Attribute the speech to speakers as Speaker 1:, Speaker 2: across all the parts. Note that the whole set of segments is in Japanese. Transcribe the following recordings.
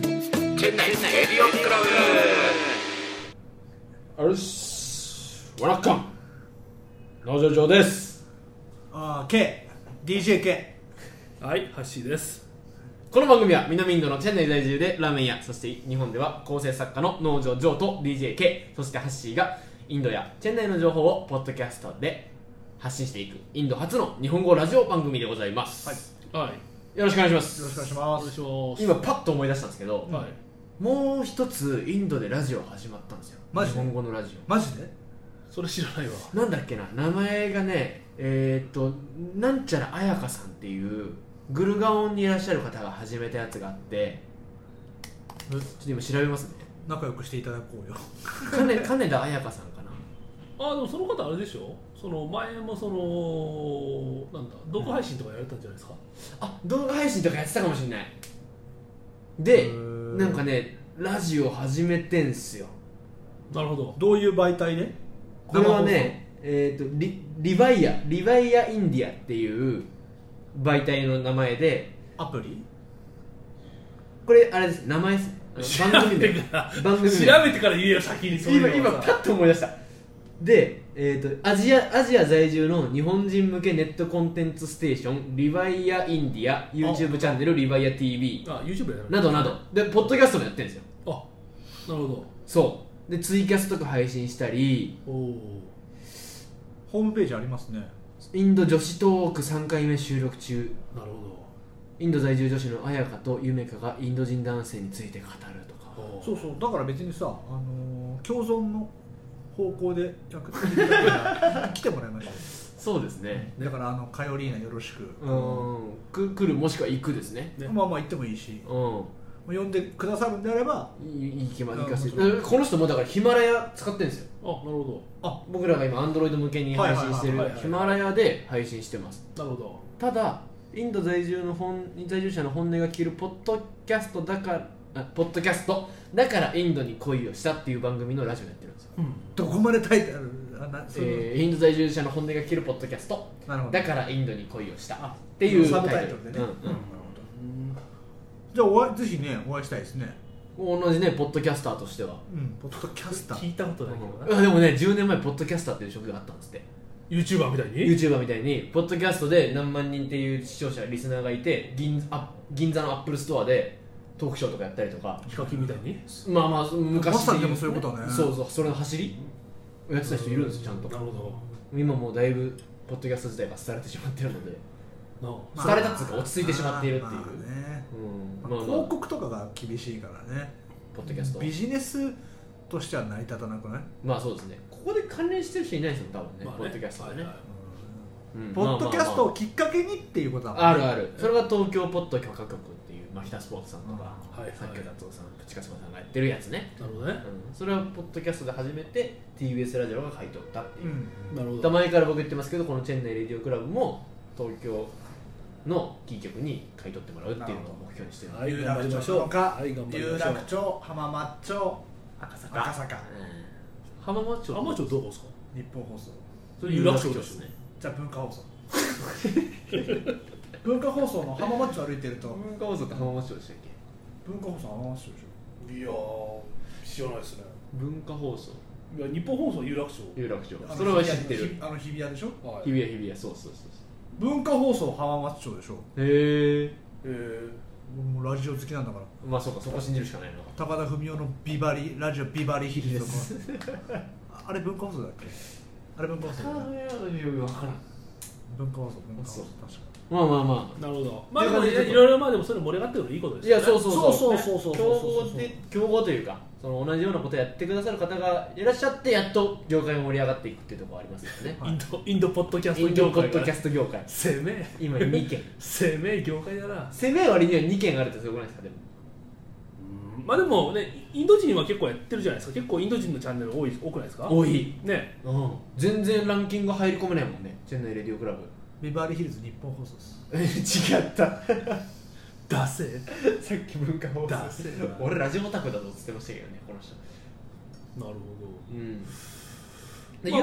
Speaker 1: 店内エリオンクラ
Speaker 2: あるっすわらっかん農場長です
Speaker 3: あー K DJK
Speaker 4: はい、ハッシーです。
Speaker 2: この番組は南インドのチェンナイ在住でラーメン屋そして日本では構成作家の農場長と DJK そしてハッシーがインドやチェンナイの情報をポッドキャストで発信していくインド初の日本語ラジオ番組でございます、
Speaker 3: はい
Speaker 4: はい、
Speaker 2: よろしくお願いします
Speaker 3: よろしくお願いし
Speaker 4: お
Speaker 3: ま
Speaker 4: 願いし
Speaker 3: す
Speaker 4: ます。
Speaker 2: 今パッと思い出したんですけど、
Speaker 4: はい、
Speaker 2: もう一つインドでラジオ始まったんですよ
Speaker 3: マジ
Speaker 2: 日
Speaker 3: で
Speaker 2: 本語のラジ
Speaker 3: マジで
Speaker 4: それ知らないわ。
Speaker 2: オなんだっけな名前がねえー、っとなんちゃら彩香さんっていうグルガオンにいらっしゃる方が始めたやつがあってちょっと今調べますね
Speaker 3: 仲良くしていただこうよ
Speaker 2: 金金田彩香さんかな
Speaker 4: あ、でもその方あれでしょその前もその、なんだ、独配信とかやられたんじゃないですか。
Speaker 2: あ動画配信とかやってたかもしれないで
Speaker 3: へー
Speaker 2: なんかねラジオ始めてんすよ
Speaker 4: なるほど。
Speaker 3: どういう媒体で
Speaker 2: これはね、えー、とリリヴァイアリヴァイアインディアっていう媒体の名前で
Speaker 3: アプリ
Speaker 2: これあれです名前ですあの番組名
Speaker 4: 調べてから
Speaker 2: 番
Speaker 4: 調べ
Speaker 2: 組名
Speaker 4: てから言えよ、先にそういう
Speaker 2: 今
Speaker 4: の
Speaker 2: 今
Speaker 4: は
Speaker 2: パ
Speaker 4: さ
Speaker 2: ッと思い出したで、えー、とアジアアジア在住の日本人向けネットコンテンツステーションリヴァイアインディア YouTube チャンネルリヴァイア TV
Speaker 4: あ、YouTube やられ
Speaker 2: などなどでポッドキャストもやってるんですよ
Speaker 4: あ、なるほ
Speaker 2: そうでツイキャスとか配信したり
Speaker 4: ど。おお。
Speaker 3: ホームページありますね
Speaker 2: インド女子トーク3回目収録中
Speaker 4: なるほ
Speaker 2: インド在住女子の彩香と夢香がインド人男性について語るとか
Speaker 4: ど。おー
Speaker 3: そうそうだから別にさ、あのー共存の方向で役立てていただけたら 来てもらいましょ
Speaker 2: そうですね
Speaker 3: うだからあのカヨリーナよろしく、
Speaker 2: うんく来るもしくは行くですね
Speaker 4: ね
Speaker 3: まあまあ行ってもいいし
Speaker 2: うん
Speaker 3: 呼んでくださるんであれば
Speaker 2: い行きま行かせて
Speaker 3: あもちろん
Speaker 2: この人もだからヒマラヤ使ってるんですよ
Speaker 4: あ、なるほ
Speaker 2: 僕らが今アンドロイド向けに配信して
Speaker 4: はい
Speaker 2: る
Speaker 4: はいはいはい
Speaker 2: ヒマラヤで配信してます
Speaker 4: ど。なるほ
Speaker 2: ただインド在住の本在住者の本音が聞けるポッドキャストだからあポッドキャストだからインドに恋をしたっていう番組のラジオやってるんですよ、
Speaker 4: ど。うん。
Speaker 3: どこまで書いてあるあなそういう
Speaker 2: えーインド在住者の本音が聞けるポッドキャスト
Speaker 3: なるほど
Speaker 2: だからインドに恋をしたっていう
Speaker 3: サブタイトルでね
Speaker 2: うんうん
Speaker 3: じゃあお会いぜひねお会いしたいですね
Speaker 2: 同じねポッドキャスターとしては
Speaker 3: うんポッドキャスター
Speaker 4: 聞いたことないけどな。
Speaker 2: あでもね10年前ポッドキャスターっていう職があったんですって
Speaker 4: YouTuber みたいに
Speaker 2: YouTuber みたいにポッドキャストで何万人っていう視聴者リスナーがいて銀あ銀座のアップルストアでトークショーとかやったりとか
Speaker 4: ヒカキンみたいに
Speaker 2: まあまあ昔
Speaker 3: まさにでもそういうことね
Speaker 2: そうそうそれの走りをやってた人いるんですよちゃんと
Speaker 4: なるほ
Speaker 2: 今もうだいぶポッドキャスト自体が廃れてしまってるので
Speaker 4: ど。なあ。
Speaker 2: 廃れたっつうか落ち着いてしまっているっていう
Speaker 3: まあね
Speaker 2: うん
Speaker 3: まあ
Speaker 2: まあまあ
Speaker 3: 広告とかが厳しいからね
Speaker 2: ポッドキャスト
Speaker 3: ビジネスとしては成り立たなくない
Speaker 2: まあそうですねここで関連してる人いないですよ多分ね
Speaker 4: まあ
Speaker 2: ポッドキャストはね
Speaker 4: はいはい
Speaker 2: うん
Speaker 3: ポッドキャスト
Speaker 2: まあまあま
Speaker 3: をきっかけにっていうことだもんね
Speaker 2: ああるあるそれが東京ポッド許可局っていう、まあ、日田スポーツさんとか
Speaker 4: うんはいはい
Speaker 2: さっき達夫さんプチカスマさんがやってるやつね、
Speaker 4: なるほどね
Speaker 2: う。ん、それはポッドキャストで初めて TBS ラジオが買い取ったっていうう、
Speaker 3: ん
Speaker 4: なるほ
Speaker 2: だ
Speaker 4: ど。
Speaker 2: 前から僕言ってますけどこのチェンナイレディオクラブも東京のキー局に買い取ってもらうっていうのを目標にしてる、
Speaker 4: はい
Speaker 3: 有楽町とか
Speaker 4: はい頑張り
Speaker 3: 有
Speaker 4: ましょう
Speaker 3: 楽町浜松町
Speaker 2: 赤坂
Speaker 3: 赤坂
Speaker 2: 浜松町
Speaker 4: アマチュアどこですか
Speaker 3: 日本放送
Speaker 2: それ有楽町ですね
Speaker 3: じゃあ文化 放送文化放送の浜松町歩いてると
Speaker 2: 文化放送って浜松町でしたっけ
Speaker 3: 文化放送浜松町でし
Speaker 4: いやー、知らないですね。
Speaker 2: 文化放送
Speaker 4: いや、日本放送有楽町。
Speaker 2: 有楽町
Speaker 3: ょ
Speaker 2: それは知ってる
Speaker 3: あの日比谷でしょ
Speaker 4: は
Speaker 2: 日比谷日比谷そうそうそう
Speaker 3: 文化放送浜松町でしょ
Speaker 2: そうへえ
Speaker 4: え
Speaker 3: 俺もうラジオ好きなんだから
Speaker 2: まあそうかそこ信じるしかないの
Speaker 3: 高田文雄のビバリラジオビバリヒルズとかあれ文化放送だっけあれ文化放送だよね文化放送文化放送
Speaker 2: そう
Speaker 3: 確か
Speaker 2: まあまあま
Speaker 4: ー、なるほど。まあ、
Speaker 3: で
Speaker 4: でも、いやいろいろ、まあ、でも、それ盛り上がってるのいいことで
Speaker 2: あい
Speaker 4: すよ
Speaker 2: や
Speaker 4: ね。
Speaker 2: そうそう
Speaker 3: そうそうそうそうそう
Speaker 2: 競合で競合というかその同じようなことやってくださる方がいらっしゃってやっと業界が盛り上がっていくっていうところありますよね、
Speaker 4: インド、インドポッドキャス
Speaker 2: イ
Speaker 4: ト
Speaker 2: ンド
Speaker 4: 業
Speaker 2: ポ
Speaker 4: 界
Speaker 2: ッ
Speaker 4: が
Speaker 2: ドキャスト業界
Speaker 4: 攻め。
Speaker 2: 今2件
Speaker 4: 攻め業界だな。
Speaker 2: 攻め割には2件あるってすごくないですかでも
Speaker 4: まあ、でも、ね、インド人は結構やってるじゃないですか。結構インド人のチャンネル多い、多くないですか。
Speaker 2: 多い、
Speaker 4: ね。
Speaker 2: うん、全然ランキング入り込めないもんねチェンナイレディオクラブ
Speaker 3: にビバリヒルズ日本放送です
Speaker 2: 違った
Speaker 4: 出せ。
Speaker 2: さっき文化放
Speaker 4: だせえな
Speaker 2: 俺ラジオオタクだぞっつってましたけどねこの人
Speaker 4: なるほ
Speaker 2: うん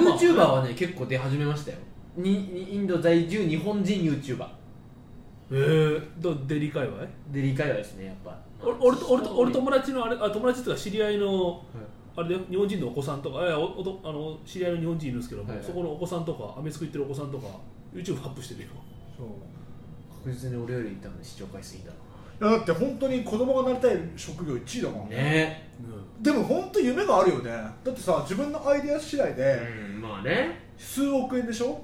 Speaker 4: まあまあ
Speaker 2: YouTuber はね結構出始めましたよににインド在住日本人 YouTuber
Speaker 4: えー、どデリ界隈
Speaker 2: で理解はですねやっぱ
Speaker 4: 俺俺と俺と俺友達のあれあ友達っていうか知り合いのあれだよ日本人のお子さんとかいやおおとあの知り合いの日本人いるんですけども、
Speaker 2: はいはい
Speaker 4: そこのお子さんとかアメスク行ってるお子さんとか YouTube アップしてるよ
Speaker 3: そう
Speaker 2: 確実に俺より多分視聴回数いいだろ
Speaker 3: いやだって本当に子供がなりたい職業1位だもん
Speaker 2: うね
Speaker 3: でも本当夢があるよねだってさ自分のアイデア次第
Speaker 2: う
Speaker 3: で
Speaker 2: んまあね
Speaker 3: 数億円でしょ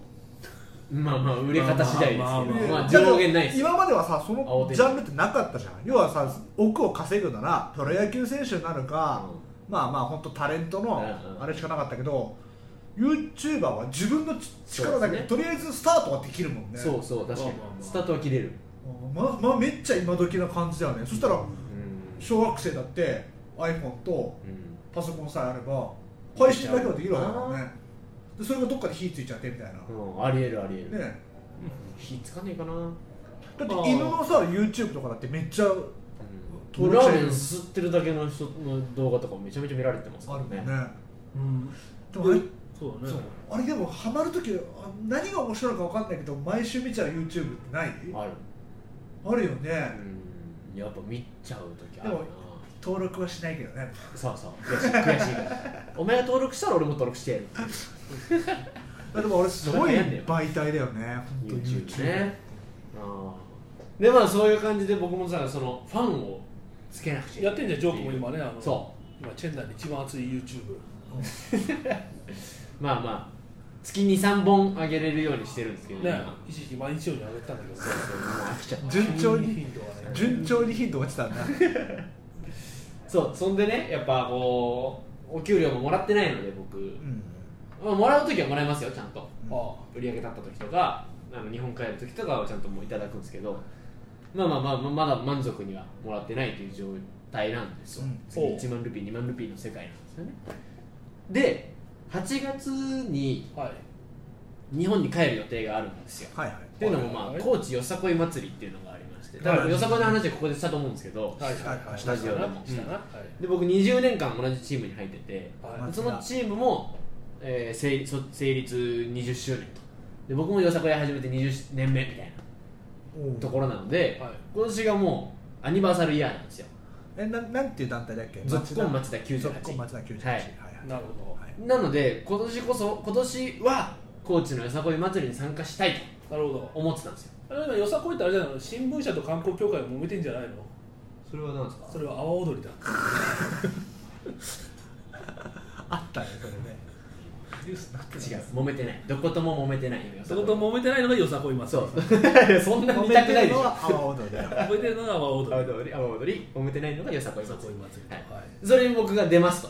Speaker 2: まあまあ売れ方次第ですけど
Speaker 4: まあまあ
Speaker 2: まあ上限ない
Speaker 3: だ
Speaker 2: で
Speaker 3: け
Speaker 2: す
Speaker 3: ど今まではさそ
Speaker 2: 青
Speaker 3: の
Speaker 2: 天
Speaker 3: ジャンルってなかったじゃん要はさ億を稼ぐならプロ野球選手になるか、まあまあ本当タレントの
Speaker 2: うんうん
Speaker 3: あれしかなかったけど、YouTuber は自分のち力だけで
Speaker 2: そ
Speaker 3: とりあえずスタートはできるもんね
Speaker 2: そうそう確かに
Speaker 4: まあまあまあ
Speaker 2: スタートは切れる
Speaker 3: ままあ、めっちゃ今時な感じだよねそしたら
Speaker 2: うん
Speaker 3: 小学生だって iPhone と
Speaker 2: うん
Speaker 3: パソコンさえあれば配信だけはできるわけだもんねでそれがどっかで火ついちゃってみたいな、
Speaker 2: うんありえるありえる
Speaker 3: ね
Speaker 2: 火つかねえかなうん
Speaker 3: だって犬のさ YouTube とかだってめっちゃ登録
Speaker 2: ラ
Speaker 3: 者
Speaker 2: ーメンすってるだけの人の動画とかめちゃめちゃ見られてますか
Speaker 3: あ
Speaker 2: ら
Speaker 3: るもんね
Speaker 2: ね
Speaker 4: うん
Speaker 3: でもあれ
Speaker 4: そうだね
Speaker 3: そうあれでもハマるとき何が面白いのか分かんないけど毎週見ちゃう YouTube ってない
Speaker 2: ある
Speaker 3: あるよ
Speaker 2: う
Speaker 3: ね
Speaker 2: んやっぱ見ちゃう時あるな
Speaker 3: でも登録はしないけ どね
Speaker 2: そうそう悔しい悔しいからお前が登録したら俺も登録してやる
Speaker 3: あでも俺すごい
Speaker 2: それ悩んだよ
Speaker 3: 媒体だよね本当
Speaker 2: YouTube ねあーでまあそういう感じで僕もさそのファンをつけなくちゃ
Speaker 4: やってんじゃんジョークも今ねあの
Speaker 2: そ
Speaker 4: 今チェンダーで一番熱い YouTube
Speaker 2: まあまあ月23本あげれるようにしてるんですけど
Speaker 4: ね
Speaker 2: 今
Speaker 4: 一時期毎日ように上げてたんだけど
Speaker 2: そうそうもう飽きちゃった
Speaker 3: 順調に
Speaker 4: 頻度がね
Speaker 3: 順調に頻度落ちたん だ
Speaker 2: そうそんでねやっぱこうお給料ももらってないので僕、
Speaker 3: うん
Speaker 2: まあ、もらう時はもらいますよちゃんと
Speaker 4: あ
Speaker 2: 売り上げ立った時とかあの日本帰る時とかはちゃんともういただくんですけどまあまあまあまだ満足にはもらってないという状態なんですよ、
Speaker 3: うん
Speaker 2: 次1万ルピー2万ルピーの世界なんですよねで8月に
Speaker 4: あはい
Speaker 2: 日本に帰る予定があるんですよ
Speaker 3: はいはい
Speaker 2: っていうのもま
Speaker 4: は
Speaker 2: あ
Speaker 4: い
Speaker 2: 高知よさこい祭りっていうのがありまして
Speaker 4: はい
Speaker 2: 多分よさこいの話はここでしたと思うんですけど
Speaker 4: はい
Speaker 3: はいはい
Speaker 2: スタジオでも
Speaker 4: したな、
Speaker 2: で僕20年間同じチームに入ってて
Speaker 4: はい
Speaker 3: ま
Speaker 4: は
Speaker 3: あ
Speaker 4: い
Speaker 2: そのチームも、えー成そ成立20周年とで僕もよさこい始めて20年目みたい
Speaker 3: おう
Speaker 2: なところなので、
Speaker 4: はい
Speaker 2: 今年がもうアニバーサルイヤーなんですよ
Speaker 3: えななんていう団体だっけ
Speaker 2: ゾッコン町
Speaker 3: ゾ
Speaker 2: 田
Speaker 3: ッ
Speaker 2: 98
Speaker 3: コン町田98
Speaker 2: はい
Speaker 3: はい
Speaker 4: なるほ
Speaker 3: はい
Speaker 2: なので今年こそ今年は高知のよさこい祭りに参加したいと
Speaker 4: どなるほど
Speaker 2: 思ってたんですよ
Speaker 4: あれなんかよさこいってあれだよ新聞社と観光協会が揉めてんじゃないの
Speaker 2: それは何ですか
Speaker 4: それは阿波踊りだ
Speaker 3: あったねそれね
Speaker 4: ニュースになって
Speaker 2: 違う揉めてないどことも揉めてないよよさ
Speaker 4: そ
Speaker 2: こ
Speaker 4: こ
Speaker 2: い
Speaker 4: と揉めてないのがよさこいます
Speaker 2: そう いやそん な見たくないでし
Speaker 3: の
Speaker 2: ょ
Speaker 3: は阿波踊りだよ
Speaker 4: 揉めてるのが阿波踊り
Speaker 2: 阿波踊り阿波踊り揉めてないのがよさこい
Speaker 4: よさ
Speaker 2: 祭
Speaker 4: こ
Speaker 2: り
Speaker 4: い祭りと
Speaker 2: はい
Speaker 4: はい
Speaker 2: それに僕が出ますと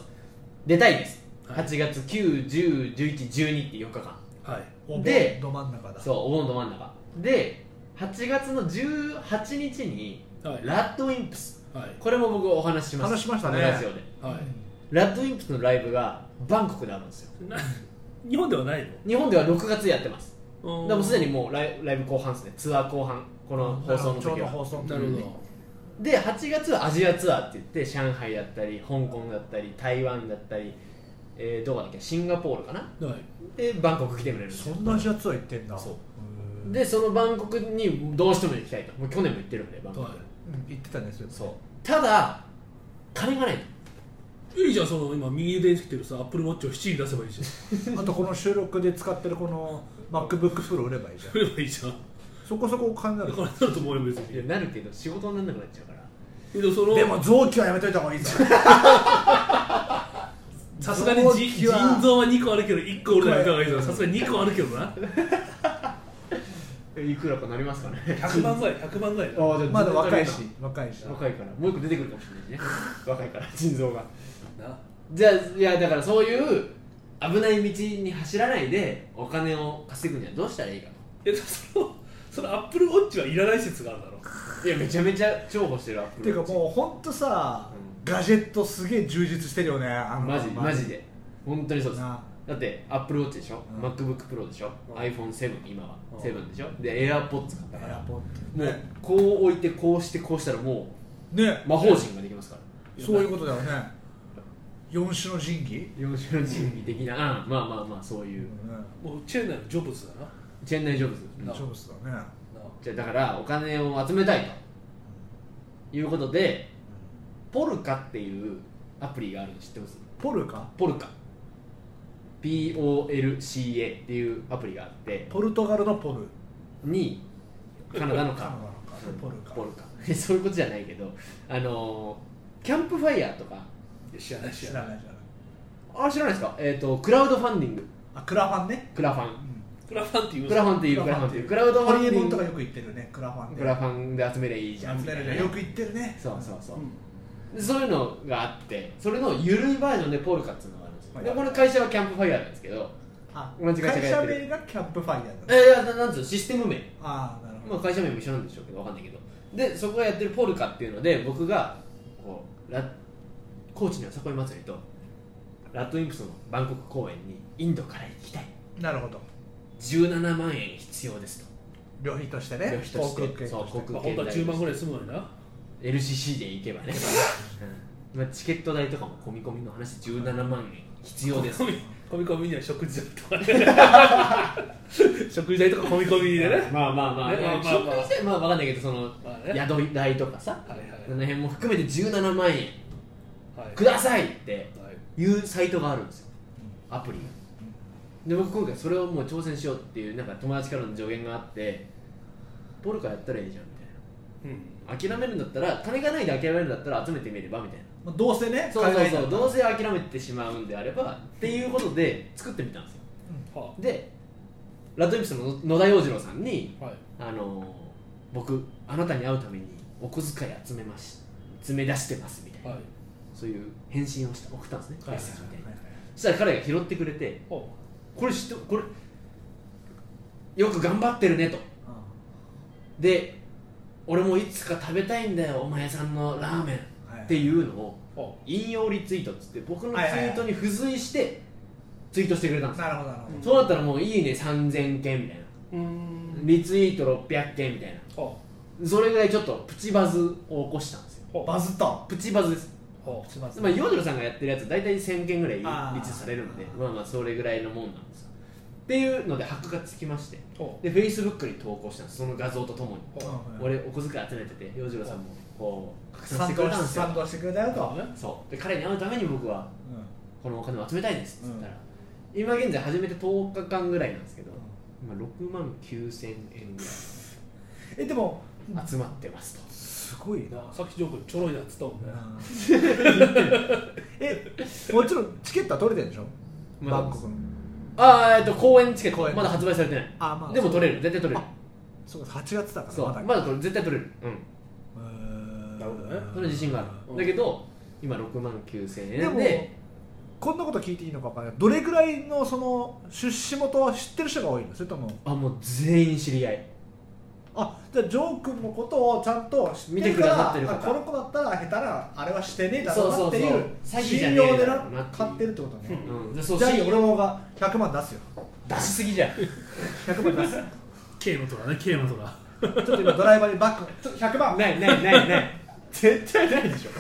Speaker 2: 出たいです、
Speaker 4: はい
Speaker 2: 8月9、10、11、12って4日間
Speaker 4: はい
Speaker 3: お盆
Speaker 2: で
Speaker 3: ど真ん中だ
Speaker 2: そうお盆ど真ん中で8月の18日に
Speaker 4: はい
Speaker 2: ラッドウィンプス
Speaker 4: はい
Speaker 2: これも僕お話しします
Speaker 3: 話しましたね
Speaker 2: このラジオで
Speaker 4: は
Speaker 2: ラッドウィンプスのライブがバンコクであるんですよ
Speaker 4: いな日本ではない
Speaker 2: 日本では6月やってます
Speaker 4: の
Speaker 2: でもすで
Speaker 4: に
Speaker 2: にもうライライブ後半ですねツアー後半この放送の
Speaker 3: ちょう
Speaker 2: 時
Speaker 3: ど
Speaker 2: は
Speaker 3: 放送の時
Speaker 4: なるほ
Speaker 2: で8月はアジアツアーって言って上海だったり香港だったり台湾だったり、えーどこだっけシンガポールかな
Speaker 4: どはい
Speaker 2: でバンコク来てくれるんです
Speaker 3: そ
Speaker 2: よ
Speaker 3: んなジャツは行ってんだ
Speaker 2: そう
Speaker 3: うで
Speaker 2: でそのバンコクにどうしても行きたいともう去年も行ってるんでバンコク、
Speaker 4: は
Speaker 3: 行ってたんですよ
Speaker 2: そうただ金がないと
Speaker 4: いいいじゃんその今右腕につけてるさアップルウォッチを7に出せばいいじゃん
Speaker 3: あとこの収録で使ってるこの MacBookPro 売ればいいじゃん
Speaker 4: そればいいじゃん
Speaker 3: そこそこお金にな
Speaker 4: だ
Speaker 3: る
Speaker 4: からなると思うよ別
Speaker 2: いや
Speaker 4: に
Speaker 2: なるけど仕事にならなくなっちゃうから
Speaker 4: でもその
Speaker 3: でも臓器はやめといた方がいいぞ
Speaker 4: さすがに
Speaker 3: 臓
Speaker 4: じ
Speaker 3: 器
Speaker 4: 腎
Speaker 3: は
Speaker 4: 臓は2個あるけど1個俺ら見た方がいいぞさすがに2個あるけどな
Speaker 2: えいくらかなりますかね
Speaker 4: 100万ぐらい100万ぐらいだ
Speaker 2: ああじゃあ
Speaker 3: まだ若
Speaker 2: 全然足りない
Speaker 3: い
Speaker 2: か
Speaker 3: し若いし
Speaker 2: 若いからもう一個出てくるかもしれ ないね若いから腎臓が
Speaker 4: な
Speaker 2: じゃあいやだからそういう危ない道に走らないでお金を稼ぐにはどうしたらいいか
Speaker 4: えそのそのアップルウォッチはいらない説があるだろ
Speaker 2: といやめちゃめちゃ重宝してるアップ
Speaker 3: ていう
Speaker 2: ル
Speaker 3: かもうほんとさガジェットすげえ充実してるよねあの
Speaker 2: マジマジで本当にそうです
Speaker 3: な
Speaker 2: だってアップルウォッチでしょ、
Speaker 3: うん
Speaker 2: MacBookPro でしょ、
Speaker 4: うん
Speaker 2: iPhone7 今は、
Speaker 4: うん
Speaker 2: 7でしょで AirPods 買った
Speaker 3: エ
Speaker 2: か
Speaker 3: ア
Speaker 2: らも
Speaker 3: ポッ
Speaker 2: う
Speaker 3: ドね
Speaker 2: こう置いてこうしてこうしたらも
Speaker 3: ね
Speaker 2: う魔法陣ができますから
Speaker 3: そういうことだよね四種の神器
Speaker 2: 幼少の人技的な、うん、まあまあまあそういう
Speaker 3: ね
Speaker 4: もうチェーン内のジョブズだな
Speaker 2: チェンナイジョブズ
Speaker 4: な
Speaker 3: ジョブズだね
Speaker 4: な
Speaker 2: じゃあだからお金を集めたいということでポルカっていうアプリがあるの知ってます
Speaker 3: ポルカ
Speaker 2: ポルカ POLCA っていうアプリがあって
Speaker 3: ポルトガルのポル
Speaker 2: にカナダのカ
Speaker 3: カナダのカポルカ
Speaker 2: ポルカ そういうことじゃないけどあのーキャンプファイヤーとか
Speaker 4: 知らない知
Speaker 3: 知
Speaker 4: ら
Speaker 3: ら
Speaker 4: ない
Speaker 3: ない知らない
Speaker 2: あ知らないですかえっ、とクラウドファンディング
Speaker 3: あクラファンね
Speaker 2: クラファン
Speaker 4: クラファンっていう
Speaker 2: クラファンっていうクラファンっていうクラウドフ
Speaker 3: ホ
Speaker 2: ァン
Speaker 3: リ
Speaker 2: デ
Speaker 3: エ
Speaker 2: ィ
Speaker 3: モ
Speaker 2: ン
Speaker 3: ン
Speaker 2: グ
Speaker 3: とかよく言ってるねクラファン
Speaker 2: クラ
Speaker 3: で
Speaker 2: ファンで集めりゃいいじゃんみ
Speaker 3: 集
Speaker 2: た
Speaker 3: め
Speaker 2: い
Speaker 3: る
Speaker 2: な
Speaker 3: ねよく言ってるね
Speaker 2: そうそうそう、
Speaker 4: うん
Speaker 2: でそういうのがあってそれの緩いバージョンでポルカっていうのがあるんですよ、
Speaker 3: はい
Speaker 2: でこの会社はキャンプファイヤーなんですけど
Speaker 3: あ
Speaker 2: 同じ会
Speaker 3: 会
Speaker 2: 社がや
Speaker 3: 社
Speaker 2: ってる
Speaker 3: 名がキャンプファイヤー
Speaker 2: え
Speaker 3: だ
Speaker 2: ーいやななんつうのシステム名、
Speaker 3: ああなるほ
Speaker 2: まあ、
Speaker 3: ど
Speaker 2: 会社名も一緒なんでしょうけどわかんないけどでそこがやってるポルカっていうので僕がこうラ高知にはさこい祭りとラッドウィンプスのバンコク公演にインドから行きたい
Speaker 3: なるほど
Speaker 2: 17万円必要ですと
Speaker 3: 旅費としてね
Speaker 2: 旅費として
Speaker 3: 航空券
Speaker 2: そう
Speaker 3: として
Speaker 2: 航空
Speaker 4: まあ、本当は10万ぐらい
Speaker 2: い
Speaker 4: 済むのにな
Speaker 2: LCC で行けばね、うんまあ、チケット代とかも込み込みの話17万円必要です
Speaker 4: 込み込み込みには食事代とかね食事代とか込み込みでね
Speaker 2: まあまあまあ、
Speaker 4: ねまあまあまあ
Speaker 2: 食事でまあ分かんないけどその、
Speaker 4: まあね
Speaker 2: 宿代とかさ、
Speaker 4: はいはい
Speaker 2: その辺も含めて17万円
Speaker 4: はい
Speaker 2: くださいって
Speaker 4: はい
Speaker 2: いうサイトがあるんですよアプリがで僕今回それをもう挑戦しようっていうなんか友達からの助言があってポルカやったらいいじゃんみ
Speaker 4: うん
Speaker 2: たいな諦めるんだったら金がないで諦めるんだったら集めてみればみたいな
Speaker 3: まあどうせね
Speaker 2: そうそう
Speaker 3: 海外
Speaker 2: そう
Speaker 3: だ
Speaker 2: どうせ諦めてしまうんであればっていうことで作ってみたんですよ
Speaker 4: は
Speaker 2: でラッドイプスの野田洋次郎さんに
Speaker 4: あはい
Speaker 2: あのー僕あなたに会うためにお小遣い集めまし詰め出してますみたいな、
Speaker 4: はい
Speaker 2: そういう返信をした送ったんですね、
Speaker 4: はい
Speaker 2: メッセージみたいな、
Speaker 3: はいはい
Speaker 2: そしたら彼が拾ってくれて
Speaker 4: ほ
Speaker 2: これ知ってこれよく頑張ってるねとで俺もいつか食べたいんだよお前さんのラーメン
Speaker 3: うんはい
Speaker 2: っていうのを
Speaker 4: うほ
Speaker 2: 引用リツイートっつって僕のツイートに付随してツイートしてくれたんですよ
Speaker 3: なるほどなるほど
Speaker 2: そうだったらもういいね3000件みたいな
Speaker 4: ううーん
Speaker 2: リツイート600件みたい
Speaker 4: ほ
Speaker 2: なそれぐらいちょっとプチバズを起こしたんですよ
Speaker 4: うほう
Speaker 3: バズった
Speaker 2: プチバズです
Speaker 4: ほ
Speaker 3: します
Speaker 2: まあヨドルさんがやってるやつ大体1000件ぐらいリツイ
Speaker 3: あー
Speaker 2: ートされるんで
Speaker 3: あー
Speaker 2: まあまあそれぐらいのもんなんですよっていうので箔がつきまして
Speaker 4: うほう
Speaker 2: でフェイスブックに投稿したんですその画像とともに
Speaker 4: ほうほ
Speaker 3: うん
Speaker 2: 俺お小遣い集めてて洋次郎さんもこう拡散し
Speaker 3: 賛
Speaker 2: てくれ
Speaker 3: 同
Speaker 2: たん
Speaker 3: し
Speaker 2: ですよ
Speaker 3: 賛同してくれたよと
Speaker 4: うね
Speaker 2: そうで彼に会うために僕は
Speaker 3: う
Speaker 2: このお金を集めたいですっつったら、今現在始めて10日間ぐらいなんですけど、今6万9000円ぐら
Speaker 3: んえでも
Speaker 2: い集まってますと
Speaker 3: すごい
Speaker 4: なさっきジョークちょろいなっつったもんね
Speaker 3: えもちろんチケットは取れてるでしょ
Speaker 2: ま
Speaker 3: バ
Speaker 2: だ
Speaker 3: ンコクの
Speaker 2: ああえっと公演チケッ
Speaker 3: 公
Speaker 2: ト
Speaker 3: 演
Speaker 2: まだ発売されてない
Speaker 3: あまあ
Speaker 2: でも取れる絶対取れる
Speaker 3: そうか8月だから
Speaker 2: そう
Speaker 3: ま
Speaker 2: ま
Speaker 3: だ
Speaker 2: だ取れる絶対取れるう
Speaker 3: う
Speaker 2: ん
Speaker 3: ーん
Speaker 4: なるほどね
Speaker 2: その自信があ
Speaker 4: うん
Speaker 2: るだけど今6万9000
Speaker 3: で
Speaker 2: 円
Speaker 3: も
Speaker 2: で
Speaker 3: こんなこと聞いていいのかわかんないどれぐらいのその出資元は知ってる人が多いのそれとも
Speaker 2: あもう全員知り合い
Speaker 3: あじゃあジョー君のことをちゃんと知って
Speaker 2: 見て
Speaker 3: る
Speaker 2: く
Speaker 3: か
Speaker 2: だ
Speaker 3: ら
Speaker 2: さってる方
Speaker 3: あこの子だったら下手なあれはしてねえだ
Speaker 2: そ
Speaker 3: ろう
Speaker 2: うそ
Speaker 3: な
Speaker 2: う
Speaker 3: っ
Speaker 2: そ
Speaker 3: て
Speaker 2: う
Speaker 3: いう
Speaker 2: 詐欺じゃ
Speaker 3: 信
Speaker 2: ね
Speaker 3: 用
Speaker 2: え
Speaker 3: で
Speaker 2: だろうな
Speaker 3: な
Speaker 2: っていう
Speaker 3: 買ってるってことね、
Speaker 2: うんでそう
Speaker 3: じゃあ
Speaker 2: 信用
Speaker 3: 俺もが100万出すよ
Speaker 2: 出しすぎじゃん
Speaker 3: 100万出す
Speaker 4: K のとかね K のとか
Speaker 3: ちょっと今ドライバーにバックちょっと100万
Speaker 2: ないないないない絶対ないでしょ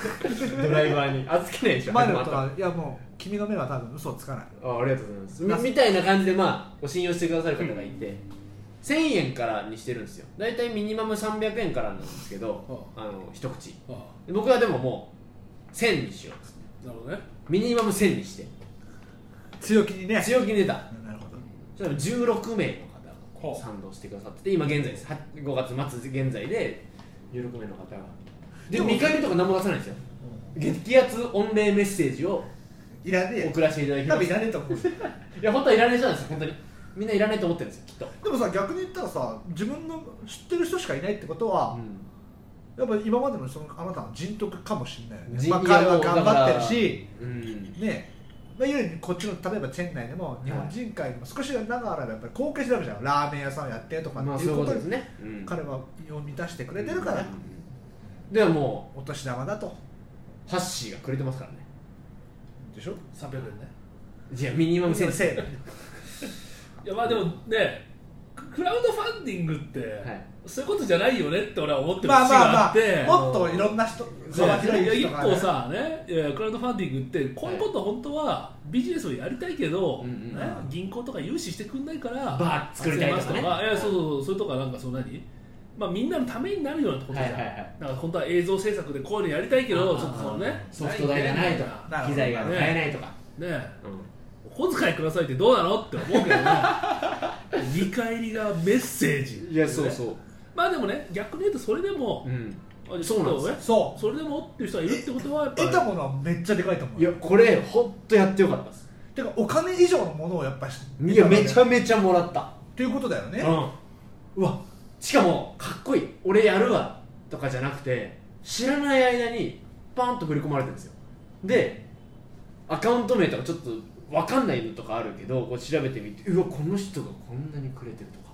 Speaker 2: ドライバーに預けないでしょ
Speaker 3: 前の
Speaker 2: あ
Speaker 3: ことはいやもう君の目は多分嘘をつかない
Speaker 2: あありがとうございますみみたいな感じでまあご信用してくださる方がいて、1000円からにしてるんですよ大体ミニマム300円からなんですけど、あの一口
Speaker 4: あ
Speaker 2: で僕はでももう1000にしようっつって
Speaker 4: あなるほどね
Speaker 2: ミニマム1000にして
Speaker 3: 強気にね
Speaker 2: 強気に出た
Speaker 3: なるほど
Speaker 2: そしたら16名の方
Speaker 4: ほ
Speaker 2: が
Speaker 4: う
Speaker 2: 賛同してくださってて今現在ですは5月末現在で16名の方がで
Speaker 3: でも
Speaker 2: 見返りとか何も出さないんですよ激アツ御礼メッセージを
Speaker 3: いらねえよ
Speaker 2: 送らせていただき
Speaker 3: 多
Speaker 2: ま
Speaker 3: 分い
Speaker 2: し
Speaker 3: ら
Speaker 2: た
Speaker 3: ねえと思う
Speaker 2: いや本当はいらない人なんですよ本当にみんないらないと思ってるんですよきっと、
Speaker 3: でもさ逆に言ったらさ自分の知ってる人しかいないってことは、
Speaker 2: う
Speaker 3: やっぱ今までのそのあなたの人徳かもしれないよ
Speaker 2: ん
Speaker 3: ね、まあ、彼は頑張ってるし、
Speaker 2: うん、
Speaker 3: ねまあ、いわゆるこっちの例えばチェン内でも日本人会でも少しでも長らやっぱり貢献してるわけじゃんラーメン屋さんをやってとか
Speaker 2: まあ
Speaker 3: って
Speaker 2: そう
Speaker 3: い
Speaker 2: いう
Speaker 3: う
Speaker 2: こ
Speaker 3: ことと
Speaker 2: で
Speaker 3: です
Speaker 2: ね、うん
Speaker 3: 彼は世を満たしてくれてるから、
Speaker 2: ではも
Speaker 3: お年玉だと
Speaker 2: うハッシーがくれてますからね
Speaker 3: でしょ
Speaker 4: 300円ね
Speaker 2: じゃあミニマムセンス
Speaker 3: せ
Speaker 4: いやまあでもねククラウドファンディングって、
Speaker 2: い
Speaker 4: そういうことじゃないよねって俺は思ってる節
Speaker 3: まあま
Speaker 4: があ
Speaker 3: あま
Speaker 4: って、
Speaker 3: あもっといろんな人幅広い
Speaker 4: いや一
Speaker 3: 人が、ね、
Speaker 4: 個さねいやクラウドファンディングってこういうこと本当はビジネスをやりたいけど、
Speaker 2: うんうん
Speaker 4: ね銀行とか融資してくんないから
Speaker 2: バー作りたいとかね
Speaker 4: 集めますとかいやそうそうそうそれとかなんかその何まあ、みんなのためになるようなことじゃ
Speaker 1: は
Speaker 4: ん、
Speaker 1: いはいはい
Speaker 4: なんか本当は映像制作でこういうのやりたいけどちょっとそのね
Speaker 1: ソフト代がないとか
Speaker 3: なるほど
Speaker 1: 機材が買えないとか
Speaker 4: ね
Speaker 2: う
Speaker 4: お小遣いくださいってどうなのって思うけどね 見返りがメッセージ
Speaker 2: ん、いやそうそう、
Speaker 4: まあでもね逆に言うとそれでも、
Speaker 2: うん、
Speaker 4: あ
Speaker 2: そうなんですよ
Speaker 4: ね
Speaker 3: そう
Speaker 4: それでもっていう人がいるってことはやっぱり
Speaker 3: 得たものはめっちゃでかいと思う
Speaker 2: いやこれ本当やってよかったです
Speaker 3: てかお金以上のものをやっぱし
Speaker 2: いやめちゃ
Speaker 3: っ
Speaker 2: めちゃもらった
Speaker 3: ていうことだよね
Speaker 2: うんうわしかもかっこいい俺やるわとかじゃなくて知らない間にパンと振り込まれてるんですよでアカウント名とかちょっと分かんないのとかあるけどこう調べてみてうわこの人がこんなにくれてるとか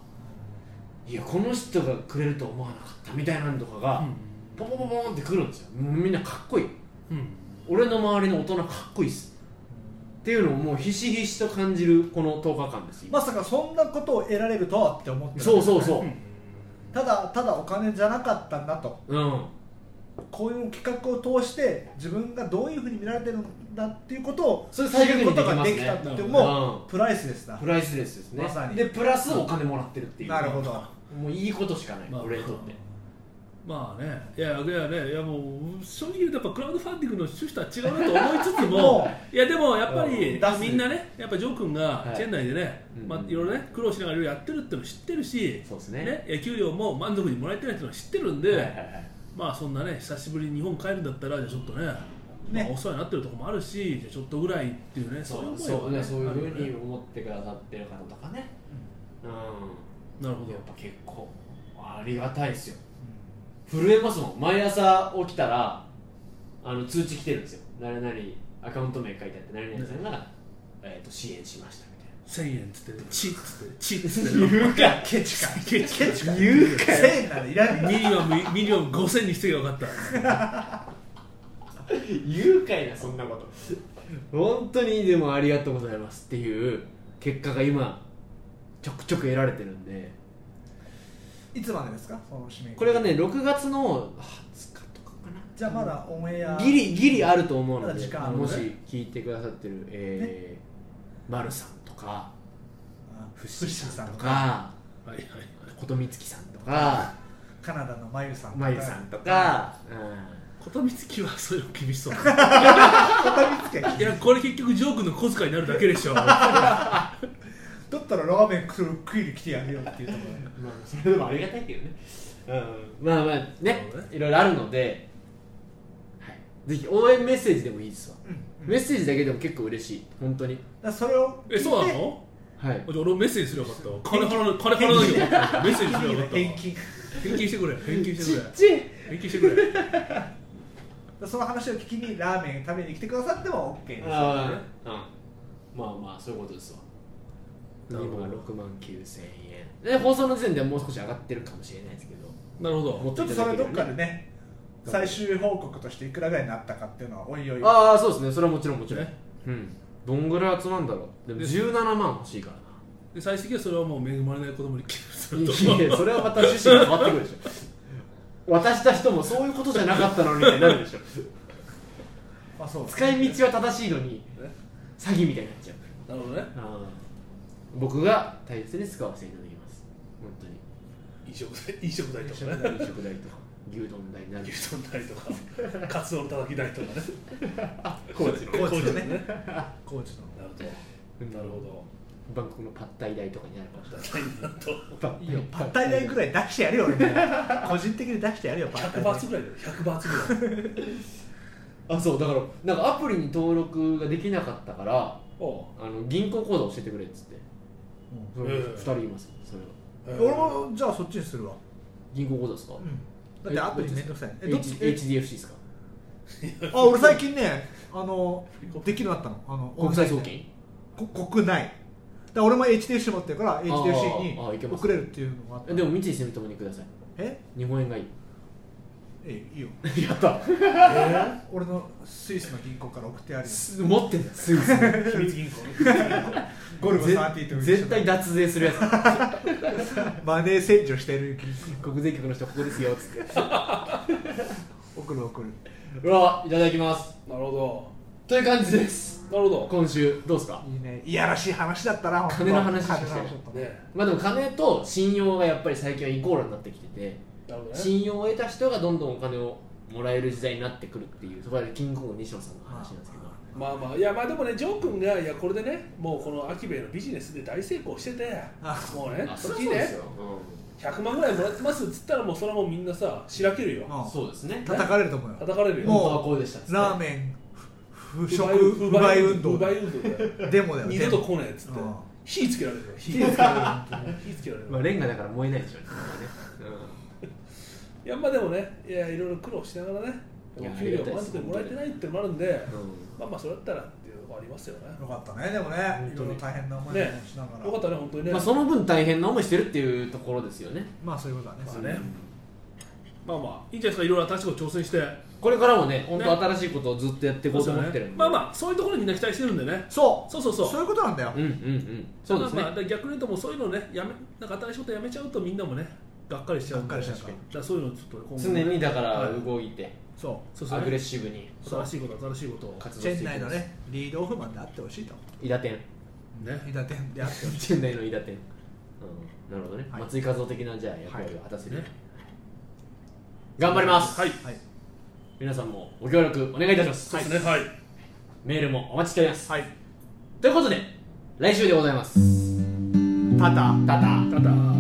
Speaker 2: いやこの人がくれると思わなかったみたいなのとかが、ポンポンポンポンってくるんですよもうみんなかっこいい
Speaker 4: うんうん
Speaker 2: 俺の周りの大人かっこいいっすっていうのをもうひしひしと感じるこの10日間です、今
Speaker 3: まさかそんなことを得られるとはって思ってた
Speaker 2: そうそうそう
Speaker 4: うん
Speaker 3: ただただお金じゃなかったんだと
Speaker 2: うん
Speaker 3: こういう企画を通して自分がどういうふうに見られてるんだっていうことを
Speaker 2: それ
Speaker 3: 知
Speaker 2: 最
Speaker 3: る
Speaker 2: 優
Speaker 3: こ
Speaker 2: にで
Speaker 3: とが
Speaker 2: きます
Speaker 3: で
Speaker 2: ね
Speaker 3: きたって
Speaker 4: うん
Speaker 3: もうプライスですな
Speaker 2: プライスレスですね、
Speaker 3: まさに
Speaker 2: でプラスお金もらってるっていう
Speaker 3: なるほど
Speaker 2: もういいことしかない、
Speaker 4: まあ
Speaker 2: 俺にとって
Speaker 4: まあね、いやいやね、いやもう正直言うとやっぱクラウドファンディングの趣旨とは違うなと思いつつ も
Speaker 3: も、
Speaker 4: いやでもやっぱり
Speaker 3: うん
Speaker 4: みんなね、やっぱジョー君が
Speaker 2: はい
Speaker 4: チェン内でね、
Speaker 2: うん
Speaker 4: まあいろいろね苦労しながらいろいろやってるっていうの知ってるし、
Speaker 2: そうですね
Speaker 4: ね、いや給料も満足にもらえてないっていうのは知ってるんで、
Speaker 2: はいはいはい
Speaker 4: まあそんなね久しぶりに日本帰るんだったらじゃあちょっとね、
Speaker 3: ね
Speaker 4: まあお世話になってるところもあるし、じゃあちょっとぐらいっていうね、
Speaker 2: そ
Speaker 4: いう思い
Speaker 2: そ
Speaker 4: は
Speaker 2: うねそういう
Speaker 4: ある
Speaker 2: ふ
Speaker 4: よ
Speaker 2: うに
Speaker 4: ね
Speaker 2: 思ってくださってる方とかねうん
Speaker 4: なるほど
Speaker 2: やっぱ結構ありがたいですよ震えますもん毎朝起きたらあの通知来てるんですよ誰々アカウント名書いてあって何々さんが、えー、と支援しましたみたいな
Speaker 4: 千円っつってチッつってチッつって
Speaker 2: 言うか
Speaker 3: ケチか
Speaker 4: ケチ
Speaker 3: ケチか
Speaker 2: 言うかよ
Speaker 3: 1000円ならいらない
Speaker 4: ミリオンミリオン5000にしてよかった。
Speaker 2: 言うかいなそんなこと本当にでもありがとうございますっていう結果が今ちょくちょく得られてるんで
Speaker 3: いつまでですかその締め切り
Speaker 2: これがね6月の20日とかか
Speaker 3: じゃあまだオンエア
Speaker 2: なギリギリあると思うの
Speaker 3: まだ
Speaker 2: で
Speaker 3: 時間あるね
Speaker 2: もし聞いてくださってる、えー丸さんとか
Speaker 3: あ
Speaker 2: フッシーさんと
Speaker 3: フッシーさん
Speaker 2: か
Speaker 4: はいはいはい
Speaker 2: 琴美月さんとか
Speaker 3: とかカナダのまゆさん
Speaker 2: まゆさんとか、
Speaker 4: ことみつきはそういうの厳しそうだ
Speaker 3: 片見つけ
Speaker 4: いやこれ結局ジョー君の小遣いになるだけで しょ
Speaker 3: だったらラーメン食う食いに来てやるよっていうところ
Speaker 2: うんまあそれでもありがたいけどね、うん、まあまあね
Speaker 4: そうね
Speaker 2: いろいろあるので、はい、ぜひ応援メッセージでもいいですわメッセージだけでも結構嬉しい本当に
Speaker 3: だからそれを
Speaker 4: えそうなの
Speaker 2: はい
Speaker 4: じゃあ俺もメッセージすればよかったわ金払わな金払わ なきゃよかったわメッセージすればよかったわ
Speaker 3: 返金
Speaker 4: 返金してくれ返金してくれ
Speaker 2: ちい
Speaker 4: 返金してくれ
Speaker 3: その話を聞きにラーメン食べに来てくださっても OK です
Speaker 2: ああ、うん、まあまあそういうことですわ今
Speaker 4: なるほど
Speaker 2: 6万9000円で放送の時点ではもう少し上がってるかもしれないですけど
Speaker 4: なるほ
Speaker 2: も
Speaker 4: ど
Speaker 3: ちょっとそれどっかでね
Speaker 2: どうぞ
Speaker 3: 最終報告としていくらぐらいになったかっていうのはおいおい
Speaker 2: ああそうですねそれはもちろんもちろん、
Speaker 4: ね
Speaker 2: うんどんぐらい集まるんだろうでも
Speaker 4: で
Speaker 2: 17万欲しいからな
Speaker 4: で最終的にはそれはもう恵まれない子供に寄付すると
Speaker 2: いやそれはまた趣旨が変わってくるでしょ渡した人もそういうことじゃなかったのにってなるでし ょ
Speaker 3: まあそうです
Speaker 2: 使い道は正しいのに詐欺みたいになっちゃう
Speaker 4: なるほどね
Speaker 2: 僕が大切に使わせていただきます本当に
Speaker 4: 飲食代飲食代とかね
Speaker 2: 飲食代とか牛丼代になる
Speaker 4: 牛丼代とかカツオのたたき代とかね
Speaker 2: コーチ
Speaker 3: コーチのね
Speaker 4: コーチのなるほどなるほ
Speaker 2: バンコクのパッタイ代とかになるかもしれ
Speaker 4: どたたいになると
Speaker 2: ない
Speaker 3: いよパッタイ代ぐらい出してやるよ俺も個人的に出してや るよパッタ
Speaker 4: 100
Speaker 3: イ
Speaker 4: バ
Speaker 3: 代
Speaker 4: ーツぐらいだよ100バーツぐらい
Speaker 2: あそうだからなんかアプリに登録ができなかったから
Speaker 4: おう
Speaker 2: あの銀行口座教えてくれっつってそれ
Speaker 4: ええ
Speaker 2: 2人いますそれは
Speaker 4: えー
Speaker 3: 俺もじゃあそっちにするわ
Speaker 2: 銀行口座ですか
Speaker 3: だってアプリめんどくさいえどっち
Speaker 2: H- HDFC ですか
Speaker 3: あ俺最近ねあのできるようになったのあの
Speaker 2: 国際送金
Speaker 3: こ国内だから俺も HDFC 持ってるから
Speaker 2: ー
Speaker 3: HDFC に
Speaker 2: あーいけます
Speaker 3: 送れるっていうのがあった
Speaker 2: えでも三井住友にください
Speaker 3: え
Speaker 2: 日本円がいい
Speaker 3: えいいよ
Speaker 2: やった
Speaker 3: 俺のスイスの銀行から送ってやるよ
Speaker 2: す持ってんだスイス
Speaker 4: 秘密銀行
Speaker 3: ゴルゴ
Speaker 2: ぜ
Speaker 3: 30と一緒だ
Speaker 2: 絶対脱税するやつ
Speaker 3: マネー洗浄してる銀
Speaker 2: 国税局の人ここですよっつって
Speaker 3: 行送る送る
Speaker 2: うわいただきます
Speaker 4: なるほど
Speaker 2: という感じです
Speaker 4: なるほど
Speaker 2: 今週どうですか
Speaker 3: いいねいやらしい話だったな本当
Speaker 2: 金の話しかしてない
Speaker 3: 金の話だったね
Speaker 4: ね
Speaker 2: まあでも金と信用がやっぱり最近はイコールになってきてて
Speaker 4: なるほどね
Speaker 2: 信用を得た人がどんどんお金をもらえる時代になってくるっていうそこでキングコング西野さんの話なんですけど
Speaker 4: まあまあいやまあでもねジョー君がいやこれでねもうこのアキベイのビジネスで大成功してて
Speaker 3: あ
Speaker 4: もうね
Speaker 2: あそりゃそ
Speaker 4: 月
Speaker 2: うです
Speaker 4: ね
Speaker 2: よ、
Speaker 4: 100万ぐらいもらってますっつったらもうそれはもうみんなさしらけるよ
Speaker 2: う
Speaker 3: あ
Speaker 2: ん、そうですね
Speaker 3: 叩かれると思うよ
Speaker 4: 叩かれるよ
Speaker 3: もう
Speaker 2: 本当はこうでしたっつって
Speaker 3: ラーメン不
Speaker 4: 不
Speaker 3: 食
Speaker 4: 買
Speaker 3: 不買運動
Speaker 4: 不買運動だよ
Speaker 3: デモだよ
Speaker 4: 二
Speaker 3: デ
Speaker 4: 度
Speaker 3: モ
Speaker 4: と来ねえっつって
Speaker 3: うん
Speaker 4: 火つけられるよ火つ
Speaker 3: 火つけられる
Speaker 4: 火つけられる、
Speaker 2: まあレンガだから燃えないでしょうね
Speaker 4: いやまあでもねいやいろいろ苦労しながらね
Speaker 2: いや
Speaker 4: お給料満足にもらえてないってのもあるんで
Speaker 2: うん
Speaker 4: まあまあそれだったらっていうのもありますよね
Speaker 3: よかったねでもね
Speaker 2: 本
Speaker 3: い
Speaker 2: 当
Speaker 3: ろ
Speaker 2: に
Speaker 3: いろ大変な思いも
Speaker 4: ね
Speaker 3: しながら
Speaker 4: よかったね本当に
Speaker 2: う
Speaker 4: ね
Speaker 2: んまあその分大変な思いしてるっていうところですよね
Speaker 3: まあそういうことだね
Speaker 4: まあねまあまあいいんじゃないですかいろいろ新しいこと挑戦して
Speaker 2: これからもね本当新しいことをずっとやっていこうと思ってるんで、
Speaker 4: まあまあそういうところにみんな期待してるんでね
Speaker 3: そう
Speaker 4: そうそうそう
Speaker 3: そういうことなんだよ
Speaker 2: うんうんうんそうですね、
Speaker 4: まあまあ逆に言うともうそういうのねやめなんか新しいことやめちゃうとみんなもねがっかりしちゃうんで
Speaker 3: がっかりしちゃうから
Speaker 4: だらそういうのちょっと今後
Speaker 2: 常にだから
Speaker 4: はい
Speaker 2: 動いて、
Speaker 3: そ
Speaker 4: そうそう
Speaker 2: アグレッシブに
Speaker 4: 新しいこと新しいことを
Speaker 2: 活
Speaker 3: う
Speaker 2: 動してい
Speaker 3: チ
Speaker 2: き
Speaker 3: ェン内
Speaker 2: ます
Speaker 3: のねリードオフマンであってほしいと
Speaker 2: 伊達店
Speaker 4: ね
Speaker 3: 伊達店であってほしい
Speaker 2: チェン内の伊達店、うん、なるほどね、
Speaker 3: はい
Speaker 2: 松井和夫的なじゃあ役割を
Speaker 3: は
Speaker 2: 果たせる、
Speaker 4: ね
Speaker 2: 頑張ります、
Speaker 4: はい
Speaker 3: はい
Speaker 2: 皆さんもご協力お願いいたします、
Speaker 4: そうですねはい
Speaker 2: メールもお待ちしております、
Speaker 3: はい
Speaker 2: ということで来週でございます
Speaker 3: ただ
Speaker 2: タタ
Speaker 4: ただ